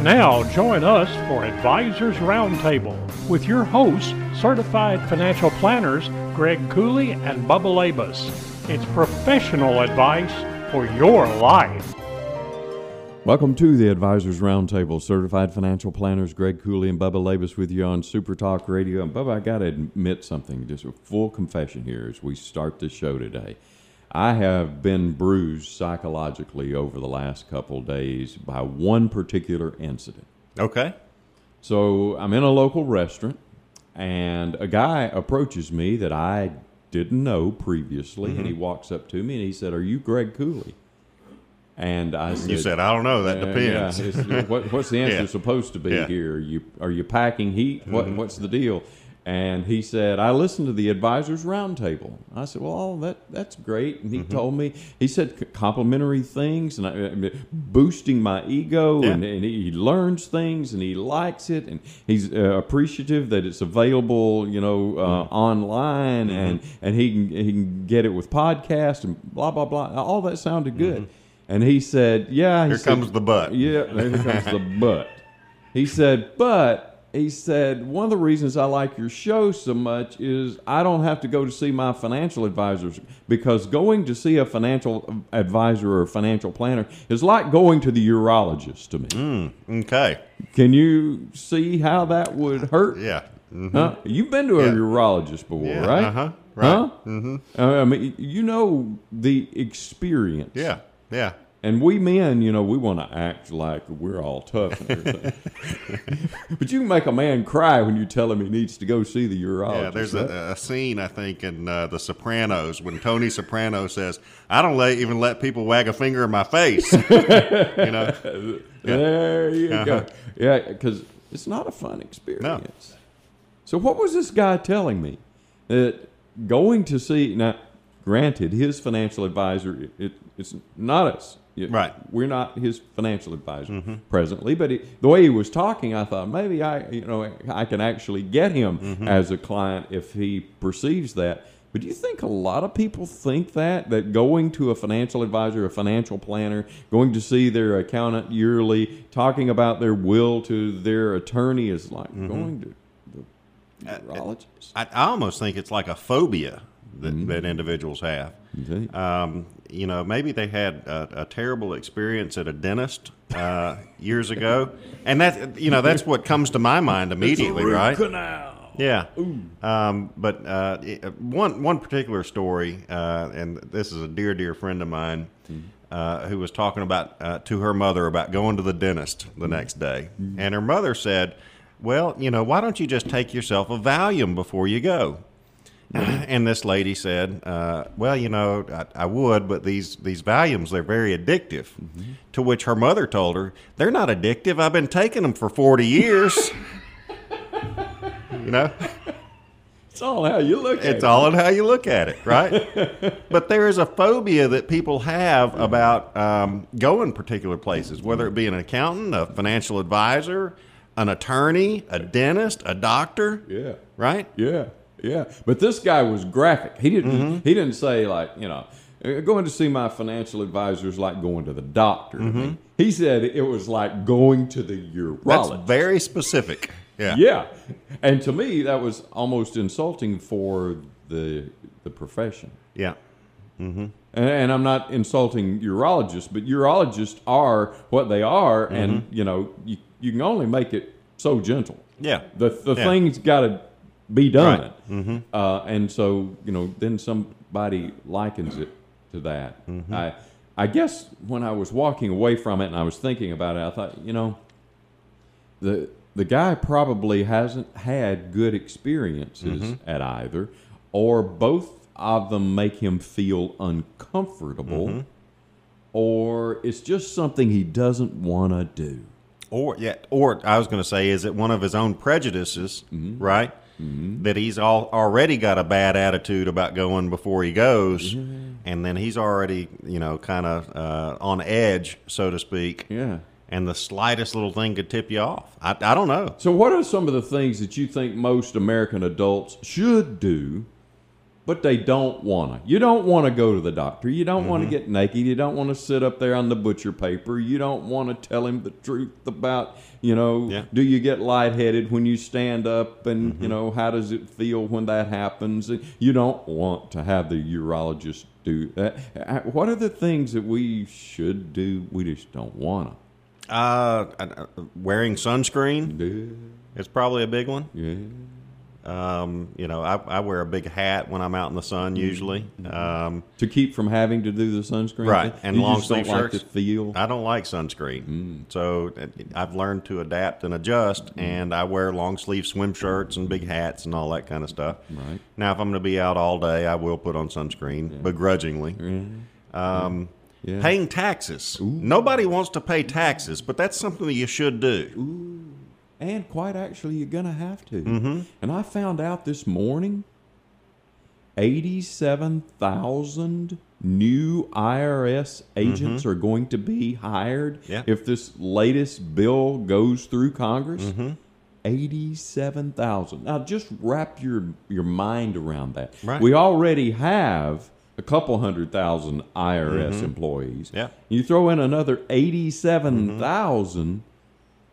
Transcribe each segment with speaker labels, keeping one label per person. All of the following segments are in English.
Speaker 1: Now, join us for Advisors Roundtable with your hosts, certified financial planners Greg Cooley and Bubba Labus. It's professional advice for your life.
Speaker 2: Welcome to the Advisors Roundtable. Certified financial planners Greg Cooley and Bubba Labus with you on Super Talk Radio. And Bubba, I got to admit something, just a full confession here as we start this show today. I have been bruised psychologically over the last couple days by one particular incident.
Speaker 3: Okay.
Speaker 2: So I'm in a local restaurant, and a guy approaches me that I didn't know previously, and he
Speaker 3: Mm-hmm.
Speaker 2: walks up to me and he said, "Are you Greg Cooley?" And I said,
Speaker 3: You said, I don't know. That
Speaker 2: "Uh,
Speaker 3: depends.
Speaker 2: yeah, it's- what, what's the answer
Speaker 3: Yeah.
Speaker 2: supposed to be
Speaker 3: Yeah. Mm-hmm.
Speaker 2: here? Are you are you packing heat? What what's the deal?" And he said, "I listened to the advisors roundtable." I said, "Well, oh, that that's great." And he
Speaker 3: Mm-hmm.
Speaker 2: told me he said c- complimentary things and I, I- boosting my ego,
Speaker 3: Yeah.
Speaker 2: and, and he learns things and he likes it, and he's uh, appreciative that it's available, you know, uh,
Speaker 3: Mm-hmm.
Speaker 2: online, and and he can he can get it with podcast and blah blah blah. All that sounded good. And he said, "Yeah." he
Speaker 3: Mm-hmm. Here
Speaker 2: said,
Speaker 3: comes the butt.
Speaker 2: yeah, here comes the but. He said, but he said, one of the reasons I like your show so much is I don't have to go to see my financial advisors because going to see a financial advisor or financial planner is like going to the urologist to me.
Speaker 3: Mm. Okay.
Speaker 2: Can you see how that would hurt?
Speaker 3: Yeah. Mm.
Speaker 2: Huh? You've been to a
Speaker 3: Yeah.
Speaker 2: urologist before,
Speaker 3: Yeah,
Speaker 2: right?
Speaker 3: uh-huh, right.
Speaker 2: Huh? Mm-hmm. I mean, you know the experience.
Speaker 3: Yeah. Yeah.
Speaker 2: And we men, you know, we want to act like we're all tough and everything. but you can make a man cry when you tell him he needs to go see the urologist.
Speaker 3: Yeah, there's
Speaker 2: Oh, That-
Speaker 3: a, a scene I think in uh, The Sopranos when Tony Soprano says, "I don't let, even let people wag a finger in my face." you know,
Speaker 2: There you
Speaker 3: Uh-huh.
Speaker 2: go. Yeah, because it's not a fun experience.
Speaker 3: No.
Speaker 2: So what was this guy telling me? That going to see now, granted, his financial advisor, it, it, it's not us. It-
Speaker 3: Right.
Speaker 2: We're not his financial advisor presently, but he, the way he was talking, I thought maybe I, you know, I can actually get him as a client if he perceives that. But do you think a lot of people think that that going to a financial advisor, a financial planner, going to see their accountant yearly, talking about their will to their attorney is like going to the urologist?
Speaker 3: I, I almost think it's like a phobia that,
Speaker 2: Mm-hmm.
Speaker 3: that individuals have.
Speaker 2: Okay.
Speaker 3: Um, you know, maybe they had a, a terrible experience at a dentist uh, years ago, and that you know that's what comes to my mind immediately, right? Yeah. Um, but uh, it- one one particular story, uh, and this is a dear dear friend of mine. Uh, who was talking about uh, to her mother about going to the dentist the next day, and her mother said, "Well, you know, why don't you just take yourself a Valium before you go?" and this lady said, uh, "Well, you know, I, I would, but these these Valiums they're very addictive." To which her mother told her, "They're not addictive. I've been taking them for forty years." you know,
Speaker 2: It's all how you look at it.
Speaker 3: it's all in how you look at it, right? but there is a phobia that people have about um, going particular places, whether it be an accountant, a financial advisor, an attorney, a dentist, a doctor,
Speaker 2: Yeah.
Speaker 3: right?
Speaker 2: Yeah, yeah. But this guy was graphic. He didn't.
Speaker 3: Mm-hmm.
Speaker 2: He didn't say like you know, "Uh, going to see my financial advisor is like going to the doctor. to
Speaker 3: Mm-hmm.
Speaker 2: me." He said it was like going to the
Speaker 3: That's
Speaker 2: urologist.
Speaker 3: very specific. Yeah.
Speaker 2: yeah, and to me that was almost insulting for the the profession.
Speaker 3: yeah.
Speaker 2: And, and I'm not insulting urologists, but urologists are what they are, and
Speaker 3: Mm-hmm.
Speaker 2: you know you you can only make it so gentle.
Speaker 3: Yeah.
Speaker 2: The, the
Speaker 3: Yeah.
Speaker 2: thing's got to be done.
Speaker 3: Right. Mm-hmm.
Speaker 2: Uh, and so, you know, then somebody likens it to that.
Speaker 3: Mm-hmm.
Speaker 2: I, I guess when I was walking away from it and I was thinking about it, I thought, you know, the, the guy probably hasn't had good experiences
Speaker 3: Mm-hmm.
Speaker 2: at either, or both of them make him feel uncomfortable,
Speaker 3: Mm-hmm.
Speaker 2: or it's just something he doesn't want to do.
Speaker 3: Or yeah, or I was going to say, is it one of his own prejudices, right? that he's all, already got a bad attitude about going before he goes, and then he's already you know kind of uh, on edge, so to speak.
Speaker 2: Yeah.
Speaker 3: And the slightest little thing could tip you off. I, I don't know.
Speaker 2: So, what are some of the things that you think most American adults should do, but they don't want to? You don't want to go to the doctor. You don't want to get naked. You don't want to sit up there on the butcher paper. You don't want to tell him the truth about, you know,
Speaker 3: Yeah.
Speaker 2: do you get lightheaded when you stand up and, you know, how does it feel when that happens? And You don't want to have the urologist do that. Uh, What are the things that we should do? We just don't want to.
Speaker 3: Uh, uh, wearing sunscreen
Speaker 2: do.
Speaker 3: is probably a big one.
Speaker 2: Yeah.
Speaker 3: Um, you know, I, I wear a big hat when I'm out in the sun usually.
Speaker 2: Mm-hmm.
Speaker 3: Um,
Speaker 2: to keep from having to do the sunscreen.
Speaker 3: Right,
Speaker 2: thing?
Speaker 3: and
Speaker 2: you
Speaker 3: long
Speaker 2: just don't
Speaker 3: sleeve
Speaker 2: like
Speaker 3: shirts. Uh,
Speaker 2: to feel.
Speaker 3: I don't like sunscreen,
Speaker 2: Mm.
Speaker 3: so uh, I've learned to adapt and adjust. And I wear long sleeve swim shirts and big hats and all that kind of stuff.
Speaker 2: Right.
Speaker 3: Now, if I'm going to be out all day, I will put on sunscreen begrudgingly. Um,
Speaker 2: Yeah.
Speaker 3: Paying taxes. Nobody wants to pay taxes, but that's something that you should do.
Speaker 2: and quite actually, you're gonna have to.
Speaker 3: Mm-hmm.
Speaker 2: And I found out this morning, eighty-seven thousand new IRS agents are going to be hired
Speaker 3: Mm-hmm. Yeah.
Speaker 2: if this latest bill goes through Congress.
Speaker 3: Mm-hmm.
Speaker 2: Eighty-seven thousand. Now, just wrap your your mind around that.
Speaker 3: Right.
Speaker 2: We already have a couple hundred thousand IRS employees.
Speaker 3: Mm-hmm. Yeah. Mm-hmm.
Speaker 2: You throw in another eighty-seven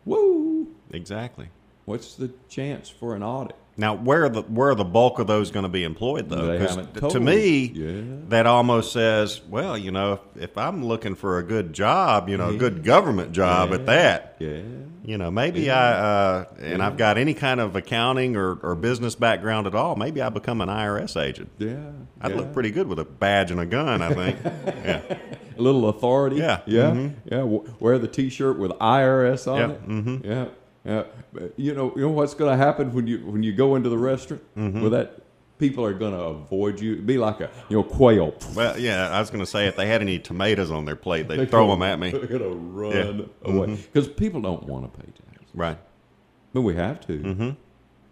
Speaker 2: Woo!
Speaker 3: Exactly.
Speaker 2: What's the chance for an audit?
Speaker 3: Now, where are the where are the bulk of those going to be employed though?
Speaker 2: They
Speaker 3: 'Cause
Speaker 2: haven't
Speaker 3: t-
Speaker 2: told.
Speaker 3: to me,
Speaker 2: Yeah.
Speaker 3: that almost says, well, you know, if, if I'm looking for a good job, you know, a good government job at that,
Speaker 2: Yeah.
Speaker 3: you know, maybe I uh, and I've got any kind of accounting or, or business background at all, maybe I become an IRS agent.
Speaker 2: Yeah.
Speaker 3: I'd
Speaker 2: yeah.
Speaker 3: look pretty good with a badge and a gun, I think. yeah.
Speaker 2: a little authority.
Speaker 3: Yeah. mm-hmm.
Speaker 2: Yeah. Yeah. W- Wear the T-shirt with IRS on
Speaker 3: Yeah,
Speaker 2: it. Mm-hmm. Yeah. Yeah. But You know. You know what's going to happen when you when you go into the restaurant?
Speaker 3: Mm-hmm.
Speaker 2: Well, that people are going to avoid you. It'd be like a you know quail.
Speaker 3: Well, yeah, I was going to say if they had any tomatoes on their plate, they'd throw them at me. Mm-hmm.
Speaker 2: They're going to run away because people don't want to pay taxes.
Speaker 3: Right.
Speaker 2: But we have to.
Speaker 3: Mm-hmm.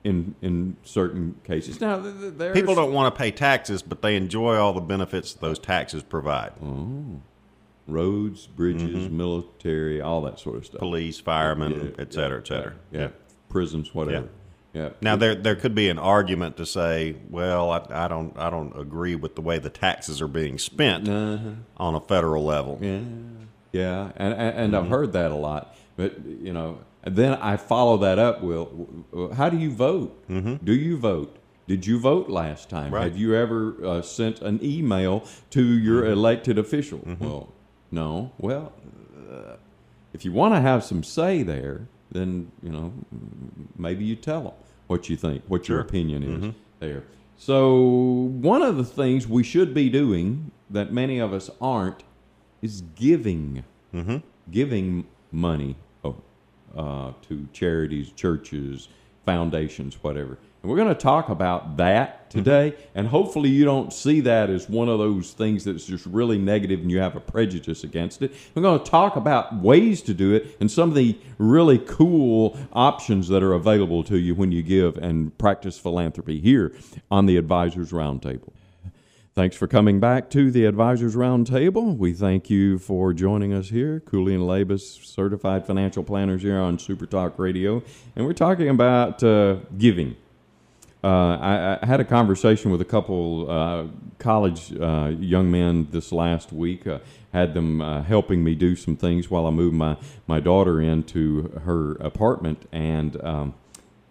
Speaker 2: In in certain cases. Now, th- th- there's
Speaker 3: People don't want to pay taxes, but they enjoy all the benefits those taxes provide.
Speaker 2: roads, bridges,
Speaker 3: Mm-hmm.
Speaker 2: military, all that sort of stuff.
Speaker 3: Police, firemen, et cetera, et cetera.
Speaker 2: Yeah. Prisons, whatever. Yeah.
Speaker 3: Now there there could be an argument to say, well, I, I don't I don't agree with the way the taxes are being spent on a federal level.
Speaker 2: Uh-huh. Yeah. Yeah. And, and, and I've heard that a lot. But, you know, and then I follow that up with how do you vote? Do you vote? Did you vote last time?
Speaker 3: Right.
Speaker 2: Have you ever uh, sent an email to your elected official? Well, no. Well, uh, if you want to have some say there, then, you know, maybe you tell them what you think, what your opinion is there. So, one of the things we should be doing that many of us aren't is giving, giving money oh, uh, to charities, churches, foundations, whatever. And we're going to talk about that today. And hopefully, you don't see that as one of those things that's just really negative and you have a prejudice against it. We're going to talk about ways to do it and some of the really cool options that are available to you when you give and practice philanthropy here on the Advisors Roundtable. Thanks for coming back to the Advisors Roundtable. We thank you for joining us here. Cooley and Labus, certified financial planners here on Super Talk Radio. And we're talking about uh, giving. Uh, I, I had a conversation with a couple uh, college uh, young men this last week. Uh, had them uh, helping me do some things while I moved my, my daughter into her apartment, and um,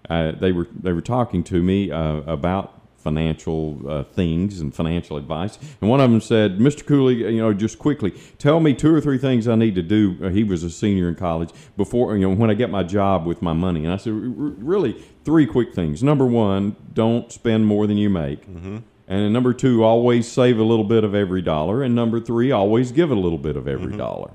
Speaker 2: uh, they were they were talking to me uh, about financial uh, things and financial advice. And one of them said, "Mr. Cooley, uh, you know, just quickly tell me two or three things I need to do." Uh, he was a senior in college before you know when I get my job with my money. And I said, "R- r- "Really, three quick things. Number one, don't spend more than you make." And number two, always save a little bit of every dollar. And number three, always give a little bit of every dollar.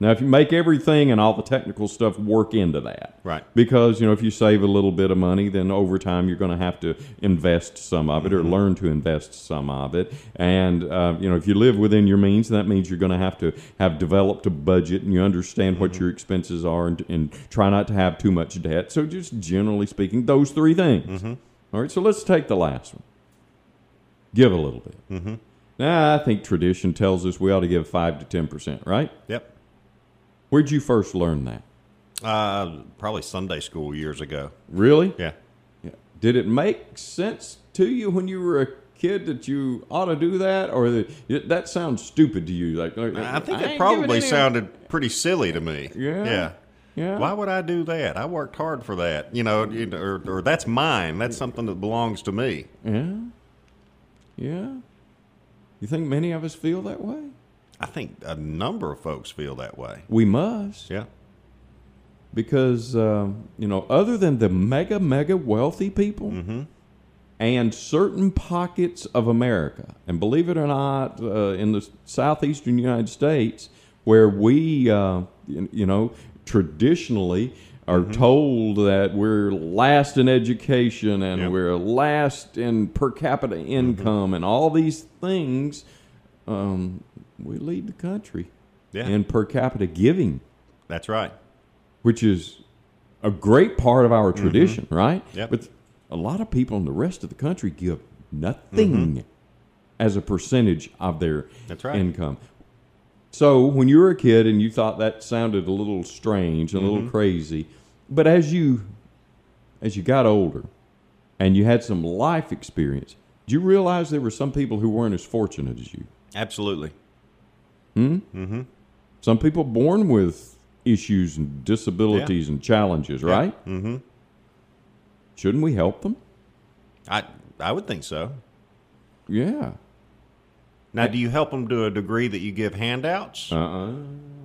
Speaker 2: Now, if you make everything and all the technical stuff work into that,
Speaker 3: Right.
Speaker 2: because you know if you save a little bit of money then over time you're going to have to invest some of it or learn to invest some of it and uh, you know if you live within your means that means you're going to have to have developed a budget and you understand what your expenses are and, and try not to have too much debt so just generally speaking those three things All right, so let's take the last one. Give a little bit. Mm-hmm. Now, I think tradition tells us we ought to give 5 to 10%, right?
Speaker 3: Yep.
Speaker 2: Where'd you first learn that?
Speaker 3: Uh, probably Sunday school years ago.
Speaker 2: Really?
Speaker 3: Yeah.
Speaker 2: Yeah. Did it make sense to you when you were a kid that you ought to do that, or that, that sounds stupid to you? Like, like,
Speaker 3: I think
Speaker 2: ain't
Speaker 3: it probably
Speaker 2: giving any-
Speaker 3: sounded pretty silly to me.
Speaker 2: Yeah.
Speaker 3: Yeah.
Speaker 2: Yeah.
Speaker 3: Why would I do that? I worked hard for that. You know, you know, or, or that's mine. That's something that belongs to me.
Speaker 2: Yeah. Yeah. You think many of us feel that way?
Speaker 3: I think a number of folks feel that way.
Speaker 2: We must.
Speaker 3: Yeah.
Speaker 2: because uh, you know other than the mega mega wealthy people and certain pockets of america and believe it or not uh, in the southeastern united states where we uh, y- you know traditionally are told that we're last in education and
Speaker 3: Yep.
Speaker 2: we're last in per capita income and all these things um, we lead the country
Speaker 3: Yeah.
Speaker 2: in per capita giving
Speaker 3: That's right.
Speaker 2: which is a great part of our tradition, right?
Speaker 3: Mm-hmm. Yep.
Speaker 2: But a lot of people in the rest of the country give nothing as a percentage of their
Speaker 3: Mm-hmm. That's right.
Speaker 2: income. So when you were a kid and you thought that sounded a little strange, a
Speaker 3: Mm-hmm.
Speaker 2: little crazy, but as you as you got older and you had some life experience, did you realize there were some people who weren't as fortunate as you?
Speaker 3: Absolutely.
Speaker 2: some people born with issues and disabilities and challenges, right? Mm-hmm. Shouldn't we help them?
Speaker 3: I I would think so.
Speaker 2: Yeah.
Speaker 3: Now, do you help them to a degree that you give handouts,
Speaker 2: Uh-uh.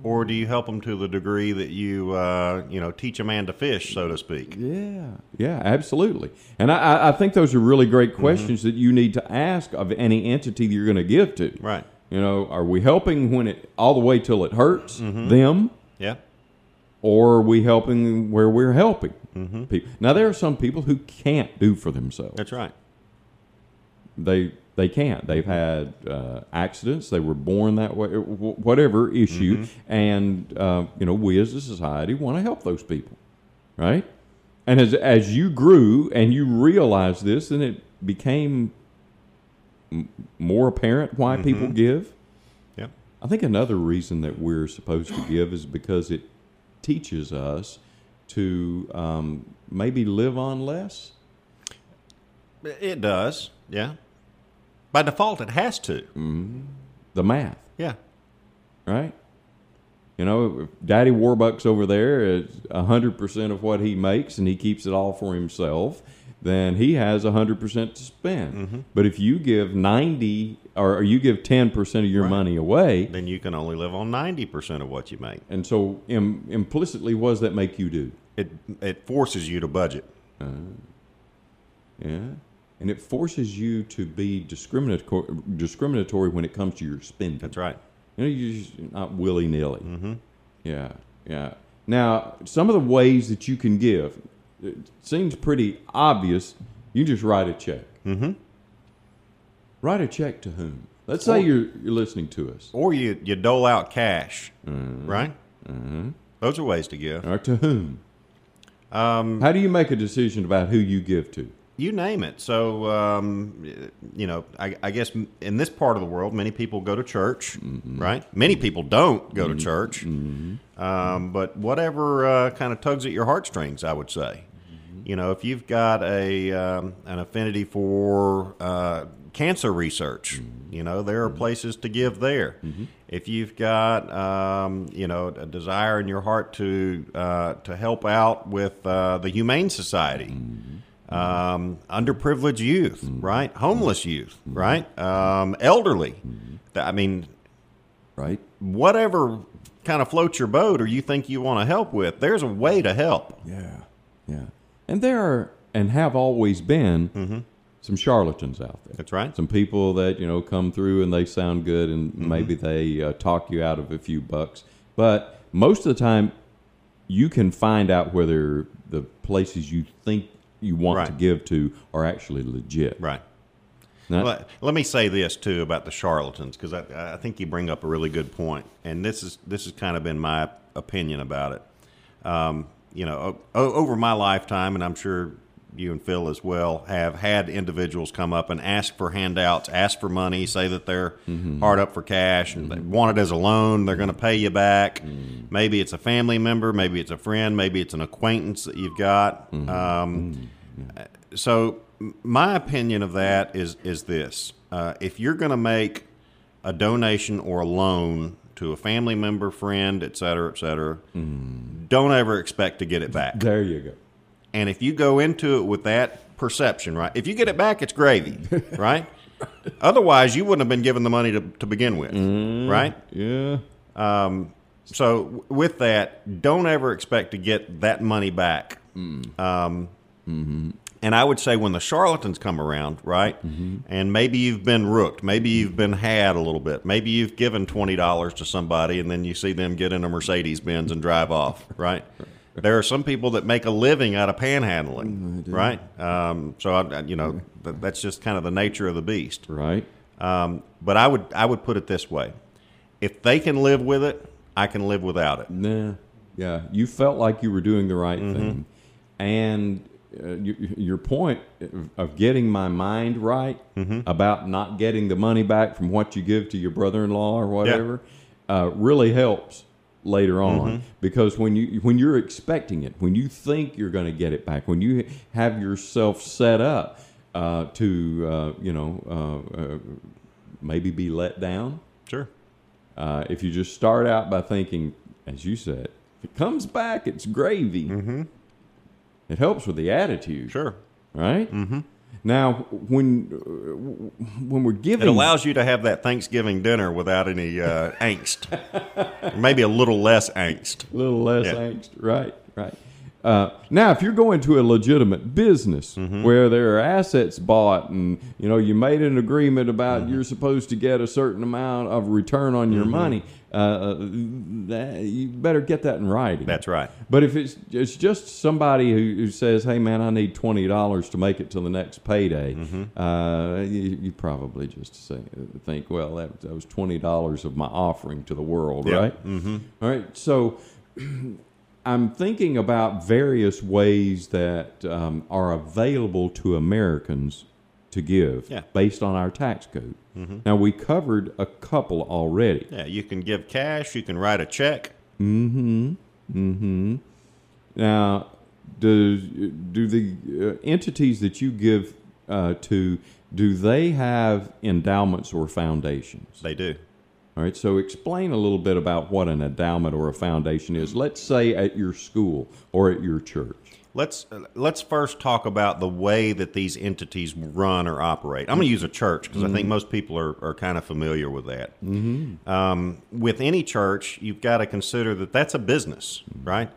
Speaker 3: or do you help them to the degree that you uh, you know teach a man to fish, so to speak?
Speaker 2: Yeah. Yeah, absolutely. And I, I- I think those are really great questions that you need to ask of any entity that you're going to give to.
Speaker 3: Right.
Speaker 2: You know, are we helping when it all the way till it hurts them?
Speaker 3: Yeah.
Speaker 2: Or are we helping where we're helping people? Now, there are some people who can't do for themselves.
Speaker 3: That's right.
Speaker 2: they they can't. They've had uh, accidents. They were born that way. or wh- Whatever issue, and uh, you know, we as a society want to help those people, right? And as as you grew and you realized this, then it became m- more apparent why people give.
Speaker 3: Yeah.
Speaker 2: I think another reason that we're supposed to give is because it teaches us to um, maybe live on less.
Speaker 3: It does. Yeah. By default, it has to.
Speaker 2: The math.
Speaker 3: Yeah.
Speaker 2: right? You know, if Daddy Warbucks over there is hundred percent of what he makes, and he keeps it all for himself. Then he has hundred percent to spend.
Speaker 3: Mm-hmm.
Speaker 2: But if you give ninety, or, or you give ten percent of your money away,
Speaker 3: Then you can only live on ninety percent of what you make.
Speaker 2: and so Im- implicitly, what does that make you do?
Speaker 3: It it forces you to budget.
Speaker 2: Yeah, and it forces you to be discriminatory, discriminatory when it comes to your spending.
Speaker 3: That's right.
Speaker 2: You know, you're just not willy nilly. Yeah, yeah. Now, some of the ways that you can give, it seems pretty obvious. You just write a check. Mm-hmm. Write a check to whom? Let's say you're, you're listening to us.
Speaker 3: Or you you dole out cash. Right. Mm-hmm. Those are ways to give.
Speaker 2: Or to whom? Um, How do you make a decision about who you give to?
Speaker 3: You name it. So, um, you know, I, I guess in this part of the world, many people go to church, right? Many people don't go to church. Um, but whatever uh, kind of tugs at your heartstrings, I would say. You know, if you've got a um, an affinity for uh, cancer research, you know there are places to give there. If you've got um, you know a desire in your heart to uh, to help out with uh, the Humane Society, um, underprivileged youth, right, homeless youth, right, um, elderly. Th- I mean,
Speaker 2: Right?
Speaker 3: whatever kind of floats your boat or you think you want to help with, there's a way to help.
Speaker 2: Yeah, yeah. And there are, and have always been, some charlatans out there.
Speaker 3: That's right.
Speaker 2: Some people that you know come through and they sound good, and
Speaker 3: Mm-hmm.
Speaker 2: maybe they uh, talk you out of a few bucks. But most of the time, you can find out whether the places you think you want to
Speaker 3: Right.
Speaker 2: give to are actually legit.
Speaker 3: Right.
Speaker 2: Now-
Speaker 3: Let, let me say this too about the charlatans because I, I think you bring up a really good point, and this is this has kind of been my opinion about it. Um, you know, o- o- over my lifetime, and I'm sure you and Phil as well have had individuals come up and ask for handouts, ask for money, say that they're hard up for cash and they want it as a loan. They're going to pay you back. Maybe it's a family member, maybe it's a friend, maybe it's an acquaintance that you've got. Um, so m- my opinion of that is is this: uh, if you're going to make a donation or a loan to a family member, friend, et cetera, et cetera, don't ever expect to get it back.
Speaker 2: There you go.
Speaker 3: And if you go into it with that perception, right? If you get it back, it's gravy, right? Otherwise, you wouldn't have been given the money to, to begin with, right?
Speaker 2: Yeah.
Speaker 3: So, w- with that, don't ever expect to get that money back. Um, And I would say when the charlatans come around, right? And maybe you've been rooked, maybe you've been had a little bit, maybe you've given twenty dollars to somebody, and then you see them get in a Mercedes Benz and drive off, right? There are some people that make a living out of panhandling, right? Um, so I, I- you know th- that's just kind of the nature of the beast.
Speaker 2: Right.
Speaker 3: Um, but I would I would put it this way: if they can live with it, I can live without it.
Speaker 2: Nah. Yeah. You felt like you were doing the right thing, and uh, your, your point of getting my mind right about not getting the money back from what you give to your brother-in-law or whatever uh, really helps later on because when you when you're expecting it, when you think you're going to get it back, when you have yourself set up uh, to uh, you know uh, uh, maybe be let down.
Speaker 3: Sure.
Speaker 2: Uh, if you just start out by thinking, as you said, if it comes back, it's gravy. Mm-hmm. It helps with the attitude,
Speaker 3: Sure.
Speaker 2: right? Mm-hmm. Now, when uh, w- when we're giving,
Speaker 3: It allows you to have that Thanksgiving dinner without any uh, angst, maybe a little less angst.
Speaker 2: a little less
Speaker 3: Yeah.
Speaker 2: angst, right? Right. Uh, now, if you're going to a legitimate business
Speaker 3: Mm-hmm.
Speaker 2: where there are assets bought, and you know you made an agreement about
Speaker 3: Mm-hmm.
Speaker 2: you're supposed to get a certain amount of return on your money, uh, that, you better get that in writing.
Speaker 3: That's right.
Speaker 2: But if it's it's just somebody who, who says, "Hey, man, I need twenty dollars to make it to the next payday,"
Speaker 3: Mm-hmm.
Speaker 2: uh, you, you probably just say, uh, think, "Well, that, that was twenty dollars of my offering to the world,
Speaker 3: Yeah.
Speaker 2: right?" Mm-hmm. right. So I'm thinking about various ways that um, are available to Americans to give
Speaker 3: Yeah. Mm-hmm.
Speaker 2: based on our tax code. Now we covered a couple already.
Speaker 3: Yeah, you can give cash, you can write a check.
Speaker 2: Now, do do the uh, entities that you give uh, to do they have endowments or foundations?
Speaker 3: They do.
Speaker 2: All right. So explain a little bit about what an endowment or a foundation is. Let's say at your school or at your church.
Speaker 3: Let's uh, let's first talk about the way that these entities run or operate. I'm going to use a church because I think most people are, are kind of familiar with that. Um, with any church, you've got to consider that that's a business, right?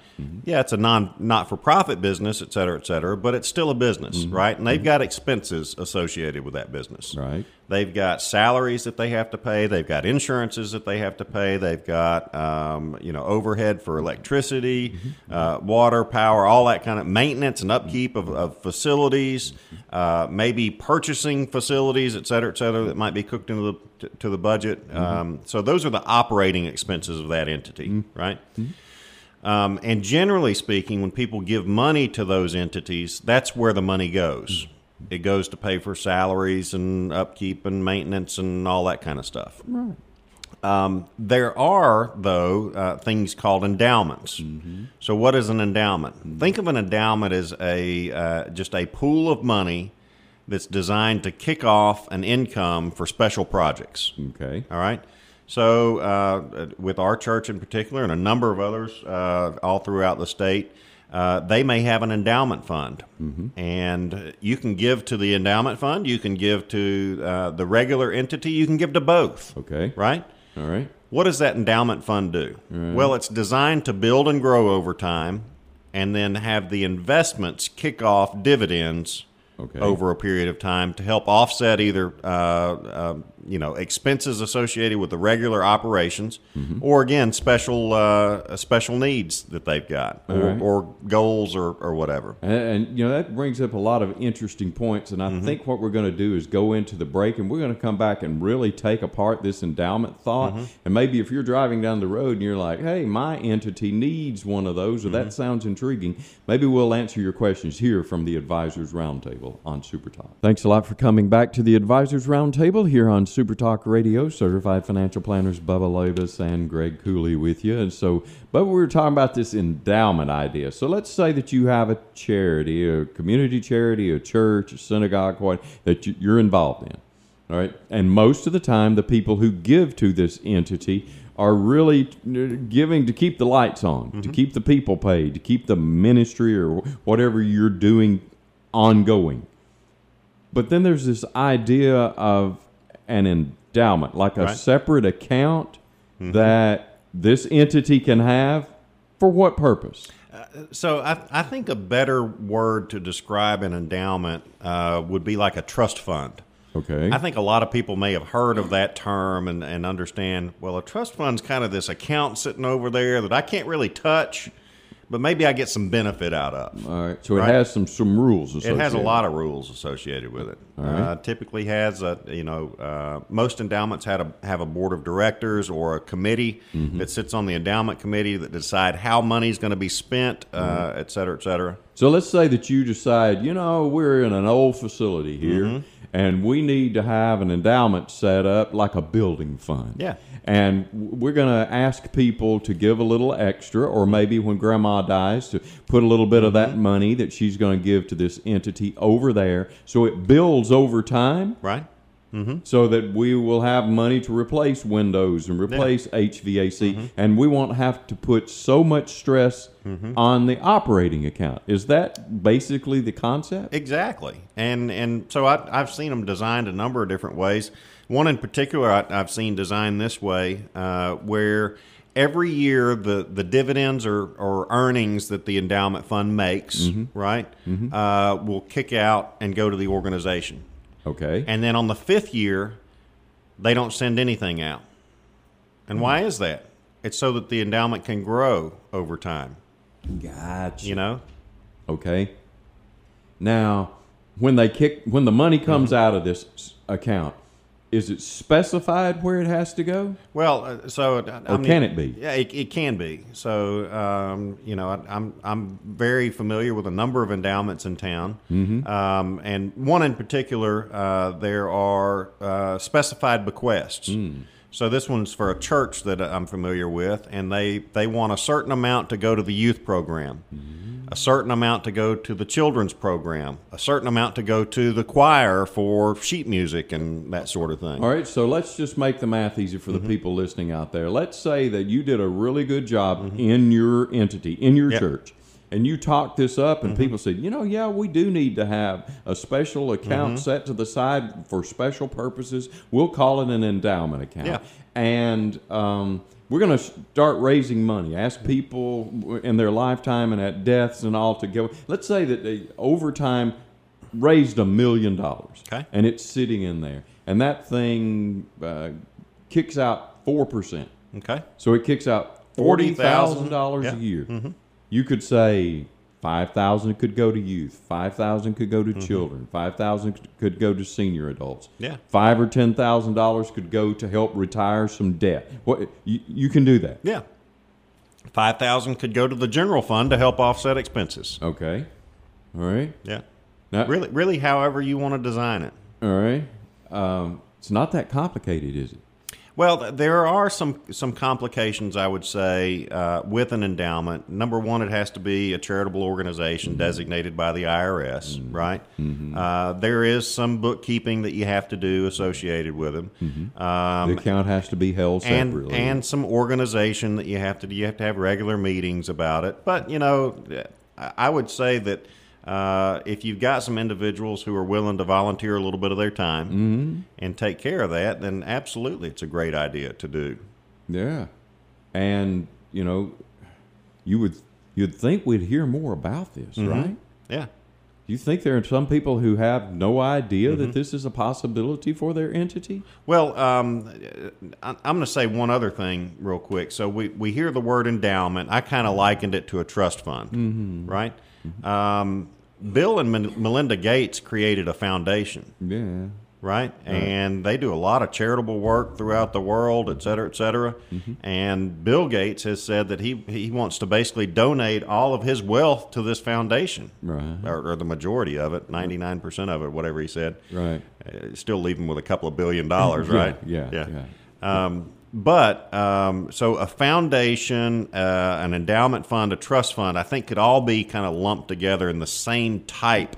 Speaker 3: Yeah, it's a non not for profit business, et cetera, et cetera, but it's still a business, right? And they've got expenses associated with that business.
Speaker 2: Right.
Speaker 3: They've got salaries that they have to pay. They've got insurances that they have to pay. They've got um, you know overhead for electricity, uh, water, power, all that kind of maintenance and upkeep of, of facilities. Uh, maybe purchasing facilities, et cetera, et cetera, that might be cooked into the to the budget. Um, so those are the operating expenses of that entity, right? Um, and generally speaking, when people give money to those entities, that's where the money goes. It goes to pay for salaries and upkeep and maintenance and all that kind of stuff. Um, there are, though, uh, things called endowments. So, what is an endowment? Think of an endowment as a uh, just a pool of money that's designed to kick off an income for special projects.
Speaker 2: Okay.
Speaker 3: All right. So, uh, with our church in particular, and a number of others uh, all throughout the state, uh, they may have an endowment fund, and you can give to the endowment fund. You can give to uh, the regular entity. You can give to both.
Speaker 2: Okay.
Speaker 3: Right.
Speaker 2: All right.
Speaker 3: What does that endowment fund do?
Speaker 2: Mm.
Speaker 3: Well, it's designed to build and grow over time, and then have the investments kick off dividends
Speaker 2: Okay.
Speaker 3: over a period of time to help offset either uh, um, you know expenses associated with the regular operations
Speaker 2: Mm-hmm.
Speaker 3: or again special uh, special needs that they've got or,
Speaker 2: right.
Speaker 3: or goals or, or whatever.
Speaker 2: And, and, you know that brings up a lot of interesting points, and I think what we're going to do is go into the break, and we're going to come back and really take apart this endowment thought. And maybe if you're driving down the road and you're like, "Hey, my entity needs one of those," or that sounds intriguing, maybe we'll answer your questions here from the Advisors Roundtable on Super Talk. Thanks a lot for coming back to the Advisors Roundtable here on Super Talk Radio. Certified financial planners Bubba Levis and Greg Cooley with you, and so but we were talking about this endowment idea. So let's say that you have a charity, a community charity, a church, a synagogue, what that you- you're involved in. All right. And most of the time, the people who give to this entity are really uh, giving to keep the lights on, to keep the people paid, to keep the ministry or wh- whatever you're doing ongoing. But then there's this idea of an endowment, like a
Speaker 3: Right. Mm-hmm.
Speaker 2: separate account that this entity can have for what purpose?
Speaker 3: So I, I think a better word to describe an endowment uh, would be like a trust fund.
Speaker 2: Okay.
Speaker 3: I think a lot of people may have heard of that term and, and understand, well, a trust fund's kind of this account sitting over there that I can't really touch, but maybe I get some benefit out of.
Speaker 2: All right. So it
Speaker 3: Right.
Speaker 2: has some some rules
Speaker 3: It
Speaker 2: associated.
Speaker 3: has a lot of rules associated with it. Uh, typically has a you know uh, most endowments had a have a board of directors or a committee that sits on the endowment committee that decide how money's going to be spent, uh, et cetera, et cetera.
Speaker 2: So let's say that you decide, you know, we're in an old facility here and we need to have an endowment set up like a building fund.
Speaker 3: Yeah.
Speaker 2: And w- we're going to ask people to give a little extra or maybe when grandma dies to put a little bit of that money that she's going to give to this entity over there so it builds over time
Speaker 3: Right?
Speaker 2: so that we will have money to replace windows and replace HVAC,
Speaker 3: Mm-hmm.
Speaker 2: and we won't have to put so much stress
Speaker 3: Mm-hmm.
Speaker 2: on the operating account. Is that basically the concept?
Speaker 3: Exactly, and and so I, I've seen them designed a number of different ways. One in particular I, I've seen designed this way, uh, where every year the the dividends or, or earnings that the endowment fund makes, right, uh, will kick out and go to the organization,
Speaker 2: Okay.
Speaker 3: and then on the fifth year, they don't send anything out. And why is that? It's so that the endowment can grow over time.
Speaker 2: Gotcha.
Speaker 3: You know,
Speaker 2: Okay. Now, when they kick, when the money comes
Speaker 3: Mm-hmm.
Speaker 2: out of this s- account, is it specified where it has to go?
Speaker 3: Well, uh, so uh, I
Speaker 2: Or
Speaker 3: mean-
Speaker 2: can it be?
Speaker 3: Yeah, it, it can be. So um, you know, I, I'm I'm very familiar with a number of endowments in town,
Speaker 2: Mm-hmm.
Speaker 3: um, and one in particular. Uh, there are uh, specified bequests.
Speaker 2: Hmm.
Speaker 3: So this one's for a church that I'm familiar with, and they they want a certain amount to go to the youth program.
Speaker 2: Mm-hmm.
Speaker 3: A certain amount to go to the children's program, a certain amount to go to the choir for sheet music and that sort of thing. Mm-hmm.
Speaker 2: All right, so let's just make the math easy for the people listening out there. Let's say that you did a really good job
Speaker 3: Mm-hmm.
Speaker 2: in your entity, in your
Speaker 3: Yep.
Speaker 2: church, and you talked this up,
Speaker 3: Mm-hmm.
Speaker 2: and people said, you know, yeah, we do need to have a special account
Speaker 3: Mm-hmm.
Speaker 2: set to the side for special purposes. We'll call it an endowment account.
Speaker 3: Yeah.
Speaker 2: And um, we're going to start raising money, ask people w- in their lifetime and at deaths and all to go. Let's say that they, over time, raised a million dollars
Speaker 3: Okay.
Speaker 2: and it's sitting in there. And that thing uh, kicks out 4%.
Speaker 3: Okay.
Speaker 2: So it kicks out
Speaker 3: $40,000
Speaker 2: $40,000
Speaker 3: Yeah. Mm-hmm.
Speaker 2: a year. You could say 5,000 could go to youth, 5,000 could go to children, 5,000 c- could go to senior adults.
Speaker 3: Mm-hmm. Yeah.
Speaker 2: 5 or $10,000 could go to help retire some debt. What you, you can do that.
Speaker 3: Yeah. 5,000 could go to the general fund to help offset expenses.
Speaker 2: Okay. All right.
Speaker 3: Yeah.
Speaker 2: Now,
Speaker 3: Really really however you want to design it.
Speaker 2: All right. Um, it's not that complicated, is it?
Speaker 3: Well, th- there are some some complications I would say uh, with an endowment. Number one, it has to be a charitable organization designated by the IRS, right? Uh, there is some bookkeeping that you have to do associated with them. Um,
Speaker 2: the account has to be held
Speaker 3: and
Speaker 2: separately.
Speaker 3: and some organization that you have to you have to have regular meetings about it. But you know, I I would say that uh, if you've got some individuals who are willing to volunteer a little bit of their time and take care of that, then absolutely, it's a great idea to do.
Speaker 2: Yeah, and you
Speaker 3: Mm-hmm.
Speaker 2: know, you would you'd think we'd hear more about this, right?
Speaker 3: Yeah.
Speaker 2: Do you think there are some people who have no idea
Speaker 3: Mm-hmm.
Speaker 2: that this is a possibility for their entity?
Speaker 3: Well, um, I- I'm going to say one other thing real quick. So we, we hear the word endowment. I kind of likened it to a trust fund, right? Um, Bill and Men- Melinda Gates created a foundation,
Speaker 2: Yeah.
Speaker 3: right? And they do a lot of charitable work throughout the world, et cetera, et cetera.
Speaker 2: Mm-hmm.
Speaker 3: And Bill Gates has said that he, he wants to basically donate all of his wealth to this foundation,
Speaker 2: Right.
Speaker 3: or, or the majority of it, 99% of it, whatever he said.
Speaker 2: Right.
Speaker 3: Uh, still leave them with a couple of billion dollars, right?
Speaker 2: Yeah, yeah,
Speaker 3: Um, but um, so a foundation, uh, an endowment fund, a trust fund, I think could all be kind of lumped together in the same type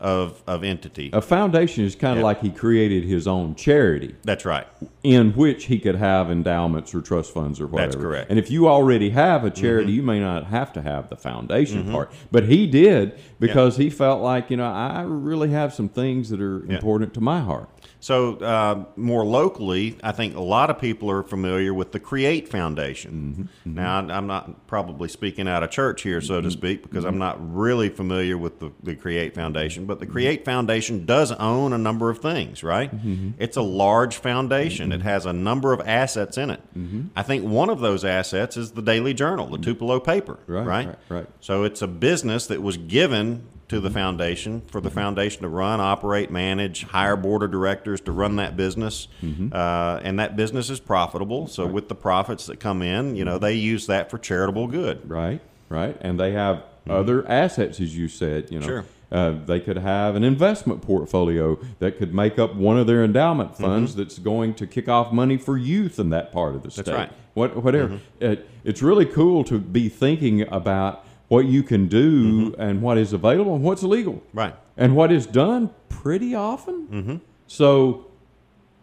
Speaker 3: of, of entity.
Speaker 2: A foundation is kind Mm-hmm. of
Speaker 3: Yeah.
Speaker 2: like he created his own charity
Speaker 3: That's right.
Speaker 2: in which he could have endowments or trust funds or whatever.
Speaker 3: That's correct. Mm-hmm.
Speaker 2: And if you already have a charity, you may not have to have the foundation part. But he did because he felt like, you know, I really have some things that are important to my heart.
Speaker 3: So uh, more locally, I think a lot of people are familiar with the Create
Speaker 2: Mm-hmm,
Speaker 3: Foundation. Now I- I'm not probably speaking out of church here, so
Speaker 2: Mm-hmm,
Speaker 3: to speak, because I'm not really familiar with the, the Create Foundation. But the
Speaker 2: Mm-hmm.
Speaker 3: Create Foundation does own a number of things, right?
Speaker 2: mm-hmm.
Speaker 3: It's a large foundation. It has a number of assets in it.
Speaker 2: Mm-hmm.
Speaker 3: I think one of those assets is the Daily Journal, the Tupelo paper,
Speaker 2: Right,
Speaker 3: right?
Speaker 2: right, right.
Speaker 3: So it's a business that was given to the foundation for the foundation to run, operate, manage, hire board of directors to run that business,
Speaker 2: Mm-hmm.
Speaker 3: uh, and that business is profitable. So with the profits that come in, you know they use that for charitable good.
Speaker 2: Right, right. And they have other assets, as you said. You know,
Speaker 3: Mm-hmm. Sure.
Speaker 2: uh, they could have an investment portfolio that could make up one of their endowment
Speaker 3: Mm-hmm.
Speaker 2: funds that's going to kick off money for youth in that part of the state.
Speaker 3: right. Mm-hmm.
Speaker 2: What, whatever. It, it's really cool to be thinking about what you can do
Speaker 3: Mm-hmm.
Speaker 2: and what is available and what's legal
Speaker 3: Right.
Speaker 2: and what is done pretty often. So,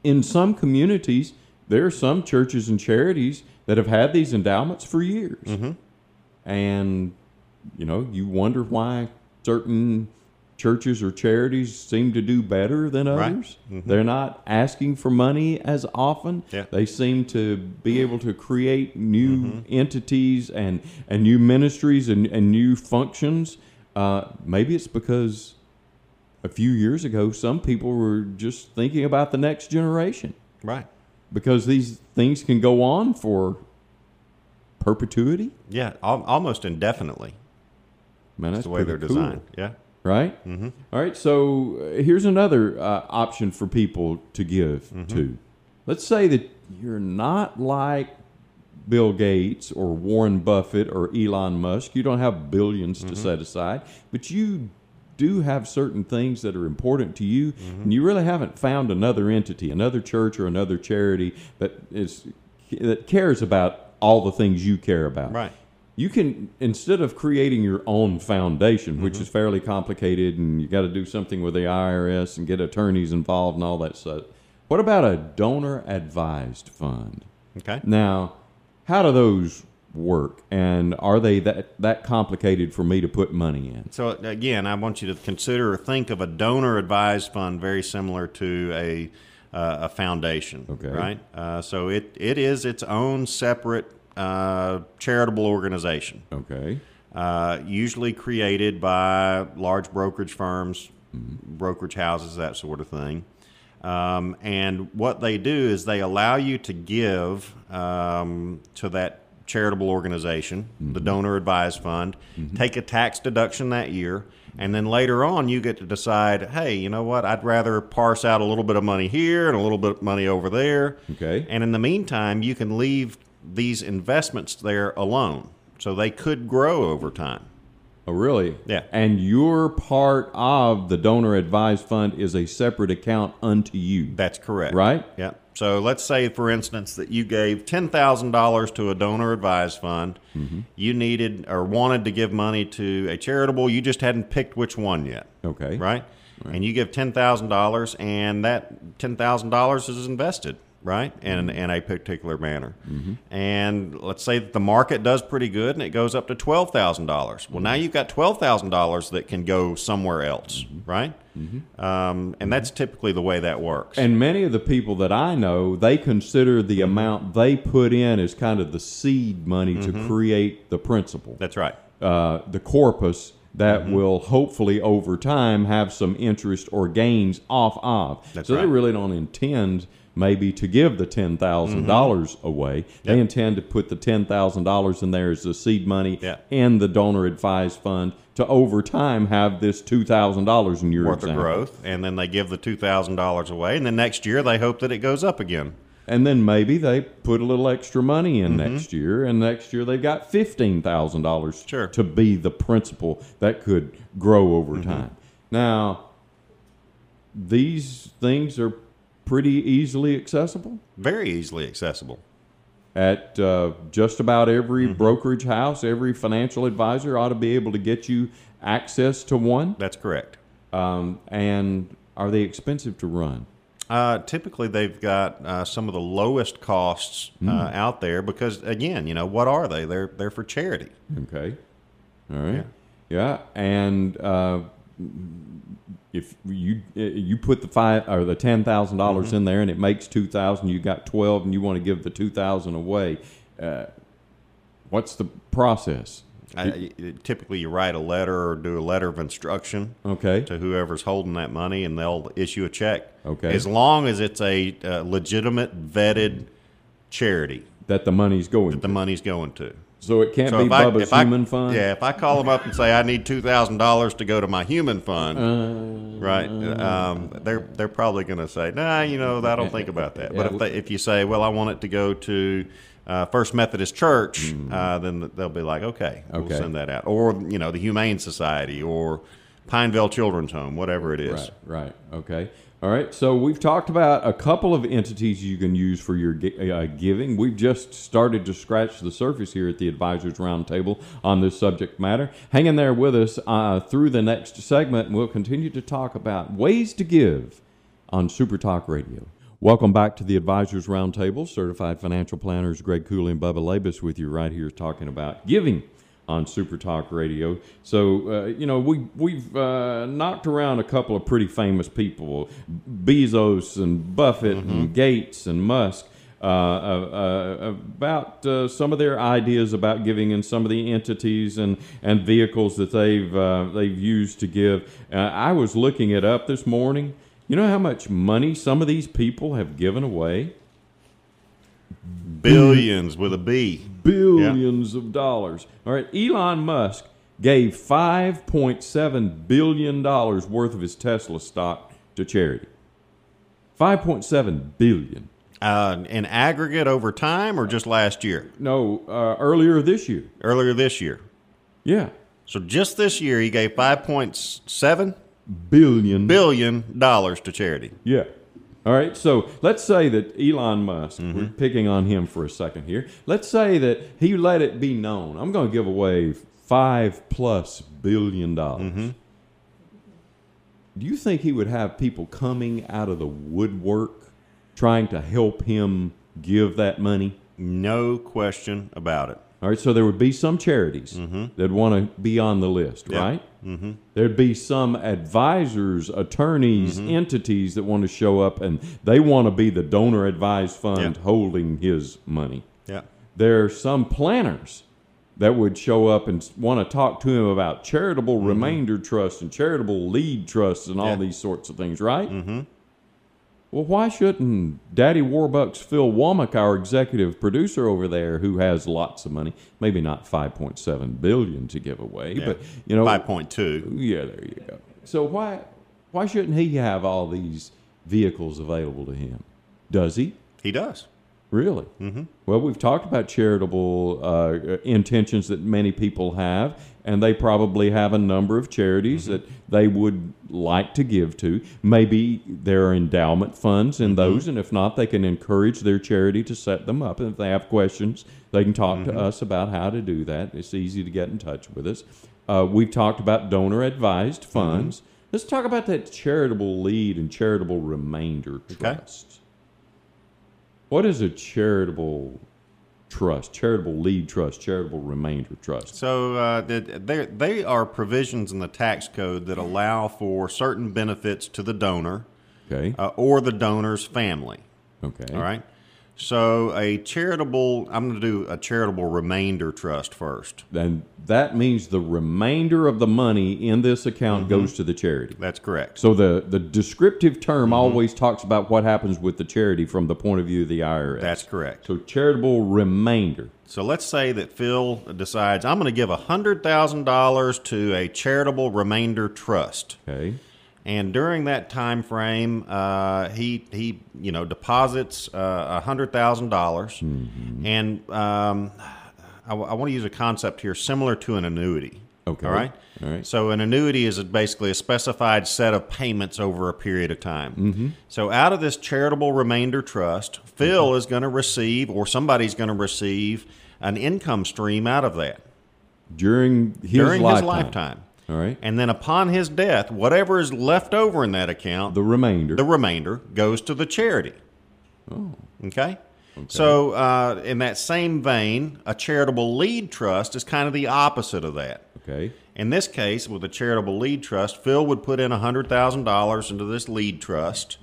Speaker 2: in some communities, there are some churches and charities that have had these endowments for years, and you know, you wonder why certain churches or charities seem to do better than
Speaker 3: Right.
Speaker 2: others. They're not asking for money as often.
Speaker 3: Mm-hmm. Yeah.
Speaker 2: They seem to be able to create new
Speaker 3: Mm-hmm.
Speaker 2: entities and and new ministries and, and new functions. Uh, maybe it's because a few years ago, some people were just thinking about the next generation
Speaker 3: Right.
Speaker 2: because these things can go on for perpetuity.
Speaker 3: Yeah. Al- almost indefinitely.
Speaker 2: Man, that's
Speaker 3: That's the way they're
Speaker 2: pretty cool,
Speaker 3: designed. Yeah.
Speaker 2: right? Mm-hmm. right, so uh, here's another uh, option for people to give to. Let's say that you're not like Bill Gates or Warren Buffett or Elon Musk. You don't have 1000000000s to set aside, but you do have certain things that are important to you, and you really haven't found another entity, another church or another charity that is that cares about all the things you care about.
Speaker 3: Right.
Speaker 2: You can instead of creating your own foundation, which is fairly complicated, and you got to do something with the IRS and get attorneys involved and all that stuff. What about a donor advised fund?
Speaker 3: Okay.
Speaker 2: Now, how do those work, and are they that that complicated for me to put money in?
Speaker 3: So again, I want you to consider or think of a donor advised fund very similar to a uh, a foundation.
Speaker 2: Okay.
Speaker 3: Right. Uh, so it it is its own separate uh, charitable organization,
Speaker 2: Okay,
Speaker 3: uh, usually created by large brokerage firms, brokerage houses, that sort of thing. Um, and what they do is they allow you to give um, to that charitable organization, the donor advised fund, take a tax deduction that year, and then later on you get to decide, hey, you know what? I'd rather parse out a little bit of money here and a little bit of money over there.
Speaker 2: Okay.
Speaker 3: And in the meantime, you can leave these investments there alone. So they could grow over time.
Speaker 2: oh really?
Speaker 3: Yeah.
Speaker 2: And your part of the donor advised fund is a separate account unto you.
Speaker 3: That's correct.
Speaker 2: Right?
Speaker 3: Yeah. So let's say, for instance, that you gave ten thousand dollars to a donor advised fund. You needed or wanted to give money to a charitable. You just hadn't picked which one yet.
Speaker 2: Okay.
Speaker 3: Right. And you give ten thousand dollars, and that ten thousand dollars is invested, right,
Speaker 2: Mm-hmm.
Speaker 3: in in a particular manner. And let's say that the market does pretty good, and it goes up to twelve thousand dollars. Well, now
Speaker 2: Mm-hmm.
Speaker 3: you've got twelve thousand dollars that can go somewhere else,
Speaker 2: Mm-hmm.
Speaker 3: right? Um, and that's typically the way that works.
Speaker 2: And many of the people that I know, they consider the amount they put in as
Speaker 3: Mm-hmm.
Speaker 2: kind of the seed money to create the principle,
Speaker 3: That's right.
Speaker 2: uh, the corpus that
Speaker 3: Mm-hmm.
Speaker 2: will hopefully over time have some interest or gains off of.
Speaker 3: That's
Speaker 2: so they
Speaker 3: right.
Speaker 2: really don't intend maybe to give the ten
Speaker 3: Mm-hmm.
Speaker 2: dollars away. They intend to put the ten thousand dollars in there as the seed money
Speaker 3: Yeah.
Speaker 2: and the donor advised fund to over time have this two thousand dollars in your
Speaker 3: worth of
Speaker 2: example.
Speaker 3: growth, and then they give the two thousand dollars away, and then next year they hope that it goes up again.
Speaker 2: And then maybe they put a little extra money in next year, and next year they've got fifteen thousand dollars
Speaker 3: Sure.
Speaker 2: to be the principal that could grow over time. Now, these things are pretty easily accessible
Speaker 3: Very easily accessible.
Speaker 2: at uh, just about every brokerage house. Every financial advisor ought to be able to get you access to one.
Speaker 3: That's correct.
Speaker 2: Um, and are they expensive to run?
Speaker 3: Uh, typically, they've got uh, some of the lowest costs uh, out there because, again, you know what are they? They're they're for charity.
Speaker 2: Okay. All right. Yeah, and uh, if you you put the five or the ten dollars
Speaker 3: Mm-hmm.
Speaker 2: in there, and it makes two thousand, you got twelve, and you want to give the two thousand away. Uh, what's the process?
Speaker 3: I, I- typically, you write a letter or do a letter of instruction
Speaker 2: Okay.
Speaker 3: to whoever's holding that money, and they'll issue a check.
Speaker 2: Okay.
Speaker 3: as long as it's a uh, legitimate vetted charity
Speaker 2: that the money's going.
Speaker 3: that the money's going to.
Speaker 2: so it can't be Bubba's human fund.
Speaker 3: Yeah, if I call them up and say I need two thousand dollars to go to my human fund,
Speaker 2: Uh,
Speaker 3: right? Um, they're they're probably going to say, Nah, you know, I don't think about that. But if they, if you say, Well, I want it to go to uh, First Methodist Church, uh, then they'll be like, Okay,
Speaker 2: Hmm. Okay.
Speaker 3: we'll send that out, or you know, the Humane Society or Pineville Children's Home, whatever it is.
Speaker 2: Right, right. Okay. All right. So we've talked about a couple of entities you can use for your gi- uh, giving. We've just started to scratch the surface here at the Advisors Roundtable on this subject matter. Hang in there with us uh, through the next segment, and we'll continue to talk about ways to give on Super Talk Radio. Welcome back to the Advisors Roundtable. Certified financial planners Greg Cooley and Bubba Labus with you right here talking about giving on Super Talk Radio. So, uh, you know, we, we've uh, knocked around a couple of pretty famous people Bezos and Buffett and Gates and Musk. Uh, uh, uh, about uh, some of their ideas about giving and some of the entities and, and vehicles that they've uh, they've used to give. Uh, I was looking it up this morning. You know how much money some of these people have given away?
Speaker 3: Billions with a B.
Speaker 2: billions of dollars. All right, Elon Musk gave 5.7 billion dollars worth of his Tesla stock to charity. 5.7 billion.
Speaker 3: Uh, in aggregate over time, or just last year,
Speaker 2: No, uh, earlier this year.
Speaker 3: earlier this year.
Speaker 2: Yeah,
Speaker 3: So just this year, he gave five point seven
Speaker 2: billion.
Speaker 3: billion dollars to charity.
Speaker 2: Yeah. All right. So let's say that Elon Musk, we're picking on him for a second here. Let's say that he let it be known. I'm going to give away five plus billion dollars. Do you think he would have people coming out of the woodwork trying to help him give that money?
Speaker 3: No question about it.
Speaker 2: All right, so there would be some charities that want to be on the list,
Speaker 3: Yeah.
Speaker 2: right? Mm-hmm. There'd be some advisors, attorneys, entities that want to show up and they want to be the donor advised fund
Speaker 3: Yeah.
Speaker 2: holding his money.
Speaker 3: Yeah.
Speaker 2: There are some planners that would show up and want to talk to him about charitable remainder trusts and charitable lead trusts and all
Speaker 3: Mm-hmm. Yeah.
Speaker 2: these sorts of things, right? Mm-hmm. Well, why shouldn't Daddy Warbucks Phil Womack, our executive producer over there, who has lots of money, maybe not 5.7 billion to give away, but you know,
Speaker 3: Five point two.
Speaker 2: yeah, there you go. So why why shouldn't he have all these vehicles available to him? Does he?
Speaker 3: He does.
Speaker 2: Really? Mm-hmm. Well, we've talked about charitable uh, intentions that many people have, and they probably have a number of charities that they would like to give to. Maybe there are endowment funds in those, and if not, they can encourage their charity to set them up. And if they have questions, they can talk to us about how to do that. It's easy to get in touch with us. Uh, we've talked about donor advised funds. Let's talk about that charitable lead and charitable remainder trust. What is a charitable trust? Charitable lead trust, charitable remainder trust.
Speaker 3: So uh, they they are provisions in the tax code that allow for certain benefits to the donor
Speaker 2: Okay.
Speaker 3: uh, or the donor's family.
Speaker 2: Okay.
Speaker 3: All right. So a charitable, I'm going to do a charitable remainder trust first.
Speaker 2: Then that means the remainder of the money in this account
Speaker 3: Mm-hmm.
Speaker 2: goes to the charity.
Speaker 3: That's correct.
Speaker 2: So the, the descriptive
Speaker 3: Mm-hmm.
Speaker 2: term always talks about what happens with the charity from the point of view of the IRS.
Speaker 3: That's correct.
Speaker 2: so charitable remainder.
Speaker 3: So let's say that Phil decides I'm going to give $100,000 to a charitable remainder trust.
Speaker 2: Okay.
Speaker 3: And during that time frame, uh, he he you know deposits uh, hundred dollars,
Speaker 2: Mm-hmm.
Speaker 3: and um, I, want to use a concept here similar to an annuity.
Speaker 2: Okay.
Speaker 3: All right.
Speaker 2: All right.
Speaker 3: So an annuity is basically a specified set of payments over a period of time. Mm-hmm. So out of this charitable remainder trust, Phil
Speaker 2: Mm-hmm.
Speaker 3: is going to receive, or somebody's going to receive, an income stream out of that
Speaker 2: During his
Speaker 3: during
Speaker 2: lifetime.
Speaker 3: his lifetime.
Speaker 2: All right.
Speaker 3: And then upon his death, whatever is left over in that account,
Speaker 2: the remainder.
Speaker 3: the remainder goes to the charity. Oh. Okay? So, uh, in that same vein, a charitable lead trust is kind of the opposite of that.
Speaker 2: okay.
Speaker 3: In this case, with a charitable lead trust, Phil would put in $100,000 into this lead trust,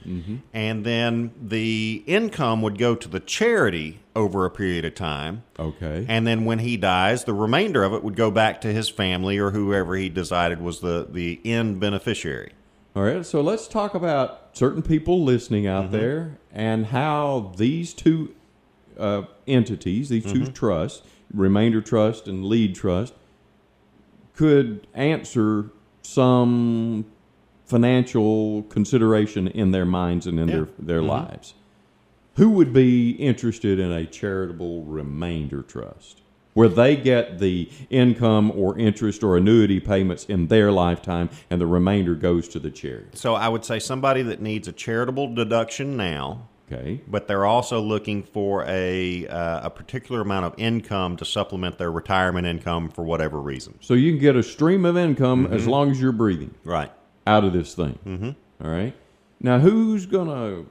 Speaker 3: and then the income would go to the charity over a period of time.
Speaker 2: Okay.
Speaker 3: And then when he dies, the remainder of it would go back to his family or whoever he decided was the, the end beneficiary.
Speaker 2: All right, so let's talk about certain people listening out there and how these two uh, entities, these two trusts, remainder trust and lead trust, could answer some financial consideration in their minds and in their, their lives. Who would be interested in a charitable remainder trust? Where they get the income or interest or annuity payments in their lifetime, and the remainder goes to the charity.
Speaker 3: So I would say somebody that needs a charitable deduction now,
Speaker 2: Okay.
Speaker 3: but they're also looking for a uh, a particular amount of income to supplement their retirement income for whatever reason.
Speaker 2: So you can get a stream of income
Speaker 3: Mm-hmm.
Speaker 2: as long as you're breathing
Speaker 3: Right.
Speaker 2: out of this thing. Mm-hmm. right. Now, who's going to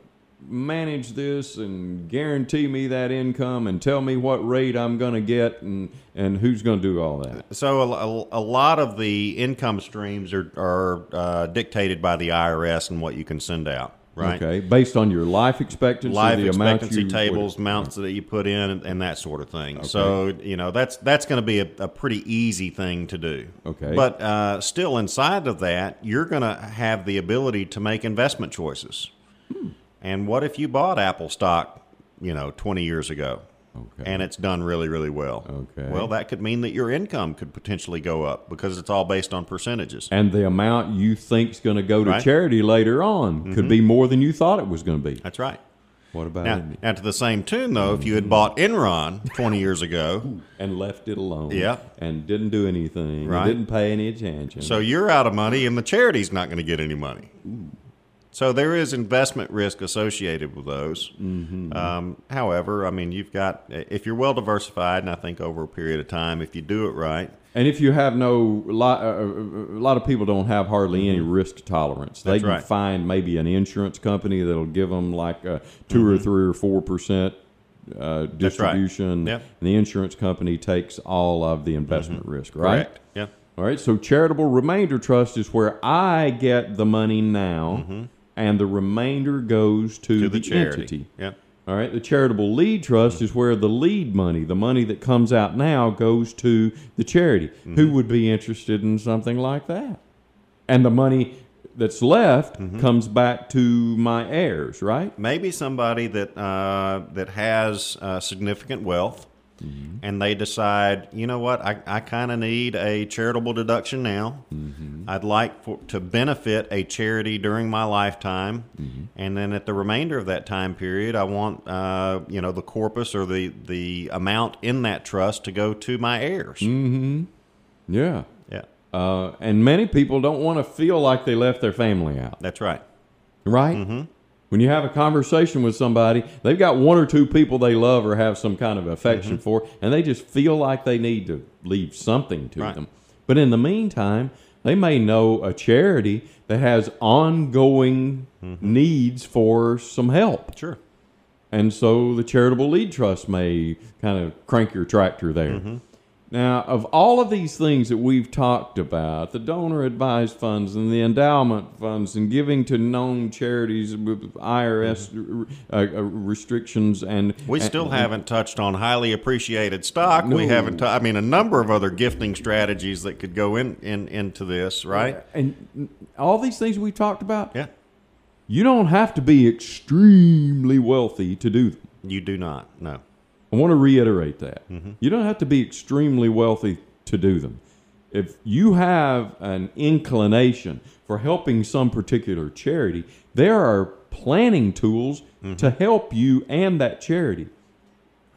Speaker 2: manage this and guarantee me that income and tell me what rate I'm going to get and, and who's going to do all that?
Speaker 3: So a, a, a lot of the income streams are are uh, dictated by the IRS and what you can send out. Right.
Speaker 2: Okay. Based on your life expectancy,
Speaker 3: Life
Speaker 2: the amount
Speaker 3: expectancy
Speaker 2: you-
Speaker 3: tables, amounts that you put in, and, and that sort of thing. So you know that's that's going to be a, a pretty easy thing to do.
Speaker 2: Okay.
Speaker 3: But uh, still, inside of that, you're going to have the ability to make investment choices.
Speaker 2: Hmm.
Speaker 3: And what if you bought Apple stock, you know, 20 years ago,
Speaker 2: Okay.
Speaker 3: and it's done really, really well?
Speaker 2: Okay.
Speaker 3: Well, that could mean that your income could potentially go up because it's all based on percentages.
Speaker 2: and the amount you think's going to go to
Speaker 3: Right. Mm-hmm.
Speaker 2: charity later on could be more than you thought it was going to be.
Speaker 3: That's right.
Speaker 2: What about
Speaker 3: Now,
Speaker 2: it?
Speaker 3: now, to the same tune, though, if you had bought Enron 20 years ago,
Speaker 2: and left it alone?
Speaker 3: Yeah.
Speaker 2: and didn't do anything. and
Speaker 3: Right.
Speaker 2: didn't pay any attention.
Speaker 3: So you're out of money, and the charity's not going to get any money. So there is investment risk associated with those. Um, however, I mean, you've got if you're well diversified, and I think over a period of time, if you do it right,
Speaker 2: And if you have no, a lot, uh, a lot of people don't have hardly any risk tolerance. They
Speaker 3: Mm-hmm. That's
Speaker 2: can
Speaker 3: right.
Speaker 2: find maybe an insurance company that'll give them like a 2 or three or four percent uh,
Speaker 3: Mm-hmm. right.
Speaker 2: distribution.
Speaker 3: Yep. Mm-hmm.
Speaker 2: And the insurance company takes all of the investment risk, right?
Speaker 3: correct? Yeah,
Speaker 2: All right. So charitable remainder trust is where I get the money now, and the remainder goes to,
Speaker 3: Mm-hmm. to the, charity.
Speaker 2: entity.
Speaker 3: Yeah,
Speaker 2: All right, the charitable lead trust is where the lead money, the money that comes out now, goes to the charity. Who would be interested in something like that? And the money that's left comes back to my heirs, right?
Speaker 3: maybe somebody that uh, that has uh, significant wealth. And they decide, you know what, I, I kind of need a charitable deduction now. I'd like for, to benefit a charity during my lifetime, and then at the remainder of that time period, I want uh, you know the corpus or the the amount in that trust to go to my heirs.
Speaker 2: Yeah.
Speaker 3: Yeah,
Speaker 2: Uh, and many people don't want to feel like they left their family out,
Speaker 3: that's right.
Speaker 2: right? Mm-hmm. When you have a conversation with somebody, they've got one or two people they love or have some kind of affection for, and they just feel like they need to leave something to
Speaker 3: Right.
Speaker 2: them. But in the meantime, they may know a charity that has ongoing needs for some help.
Speaker 3: Sure. Mm-hmm.
Speaker 2: And so the charitable lead trust may kind of crank your tractor there. Now, of all of these things that we've talked about, the donor advised funds and the endowment funds and giving to known charities, with IRS uh, uh, restrictions, and
Speaker 3: Mm-hmm. We still haven't touched on highly appreciated stock. We haven't. T- I mean, a number of other gifting strategies that could go in, in into this, right?
Speaker 2: and all these things we talked about,
Speaker 3: Yeah.
Speaker 2: you don't have to be extremely wealthy to do them.
Speaker 3: You do not. No.
Speaker 2: I want to reiterate that. You don't have to be extremely wealthy to do them. If you have an inclination for helping some particular charity, there are planning tools to help you and that charity.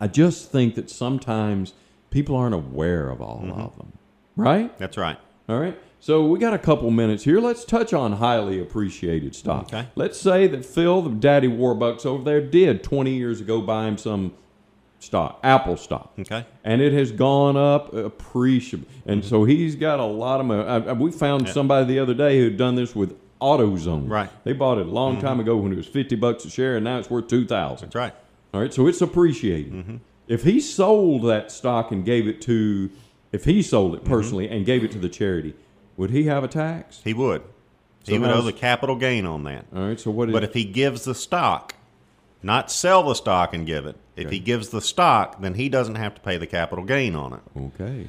Speaker 2: I just think that sometimes people aren't aware of all of them, right?
Speaker 3: That's right.
Speaker 2: All right. So we got a couple minutes here. Let's touch on highly appreciated stock.
Speaker 3: Okay.
Speaker 2: Let's say that Phil, the daddy Warbucks over there, did 20 years ago buy him some stock, Apple stock.
Speaker 3: Okay. Mm-hmm.
Speaker 2: And it has gone up appreciably. And so he's got a lot of money. I, I- we found somebody the other day who had done this with AutoZone.
Speaker 3: Right. Mm-hmm.
Speaker 2: They bought it a long time ago when it was 50 bucks a share, and now it's worth 2000
Speaker 3: That's right.
Speaker 2: all right, so it's appreciated.
Speaker 3: Mm-hmm.
Speaker 2: If he sold that stock and gave it to, if he sold
Speaker 3: Mm-hmm.
Speaker 2: it personally and gave it to the charity, would he have a tax?
Speaker 3: He would.
Speaker 2: So Uh,
Speaker 3: he would
Speaker 2: now
Speaker 3: owe
Speaker 2: it's-
Speaker 3: the capital gain on that.
Speaker 2: All right, so what is?
Speaker 3: But if he gives the stock, not sell the stock and give it, if he gives the stock, then he doesn't have to pay the capital gain on it.
Speaker 2: okay,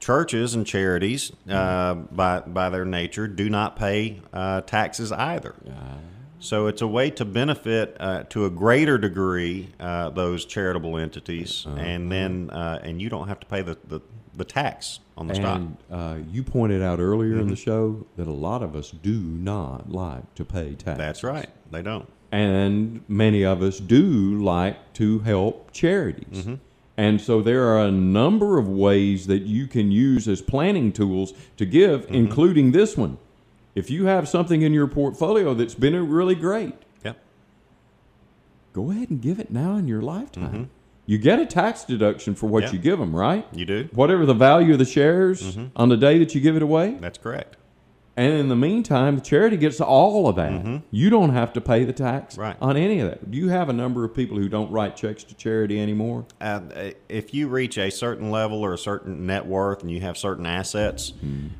Speaker 3: Churches and charities, uh, by, by their nature, do not pay uh, taxes either. So it's a way to benefit uh, to a greater degree uh, those charitable entities, and then uh, and you don't have to pay the, the, the tax on the stock.
Speaker 2: and uh, you pointed out earlier in
Speaker 3: Mm-hmm.
Speaker 2: the show that a lot of us do not like to pay tax.
Speaker 3: That's right. They don't.
Speaker 2: and many of us do like to help charities.
Speaker 3: Mm-hmm.
Speaker 2: And so there are a number of ways that you can use as planning tools to give,
Speaker 3: Mm-hmm.
Speaker 2: including this one. If you have something in your portfolio that's been really great,
Speaker 3: Yep.
Speaker 2: go ahead and give it now in your lifetime. You get a tax deduction for what
Speaker 3: Mm-hmm. Yeah.
Speaker 2: you give them, right?
Speaker 3: You do. Mm-hmm.
Speaker 2: Whatever the value of the shares on the day that you give it away.
Speaker 3: That's correct.
Speaker 2: And in the meantime, the charity gets all of that. You don't have to pay the tax
Speaker 3: Mm-hmm. Right.
Speaker 2: on any of that. Do you have a number of people who don't write checks to charity anymore?
Speaker 3: uh, if you reach a certain level or a certain net worth and you have certain assets,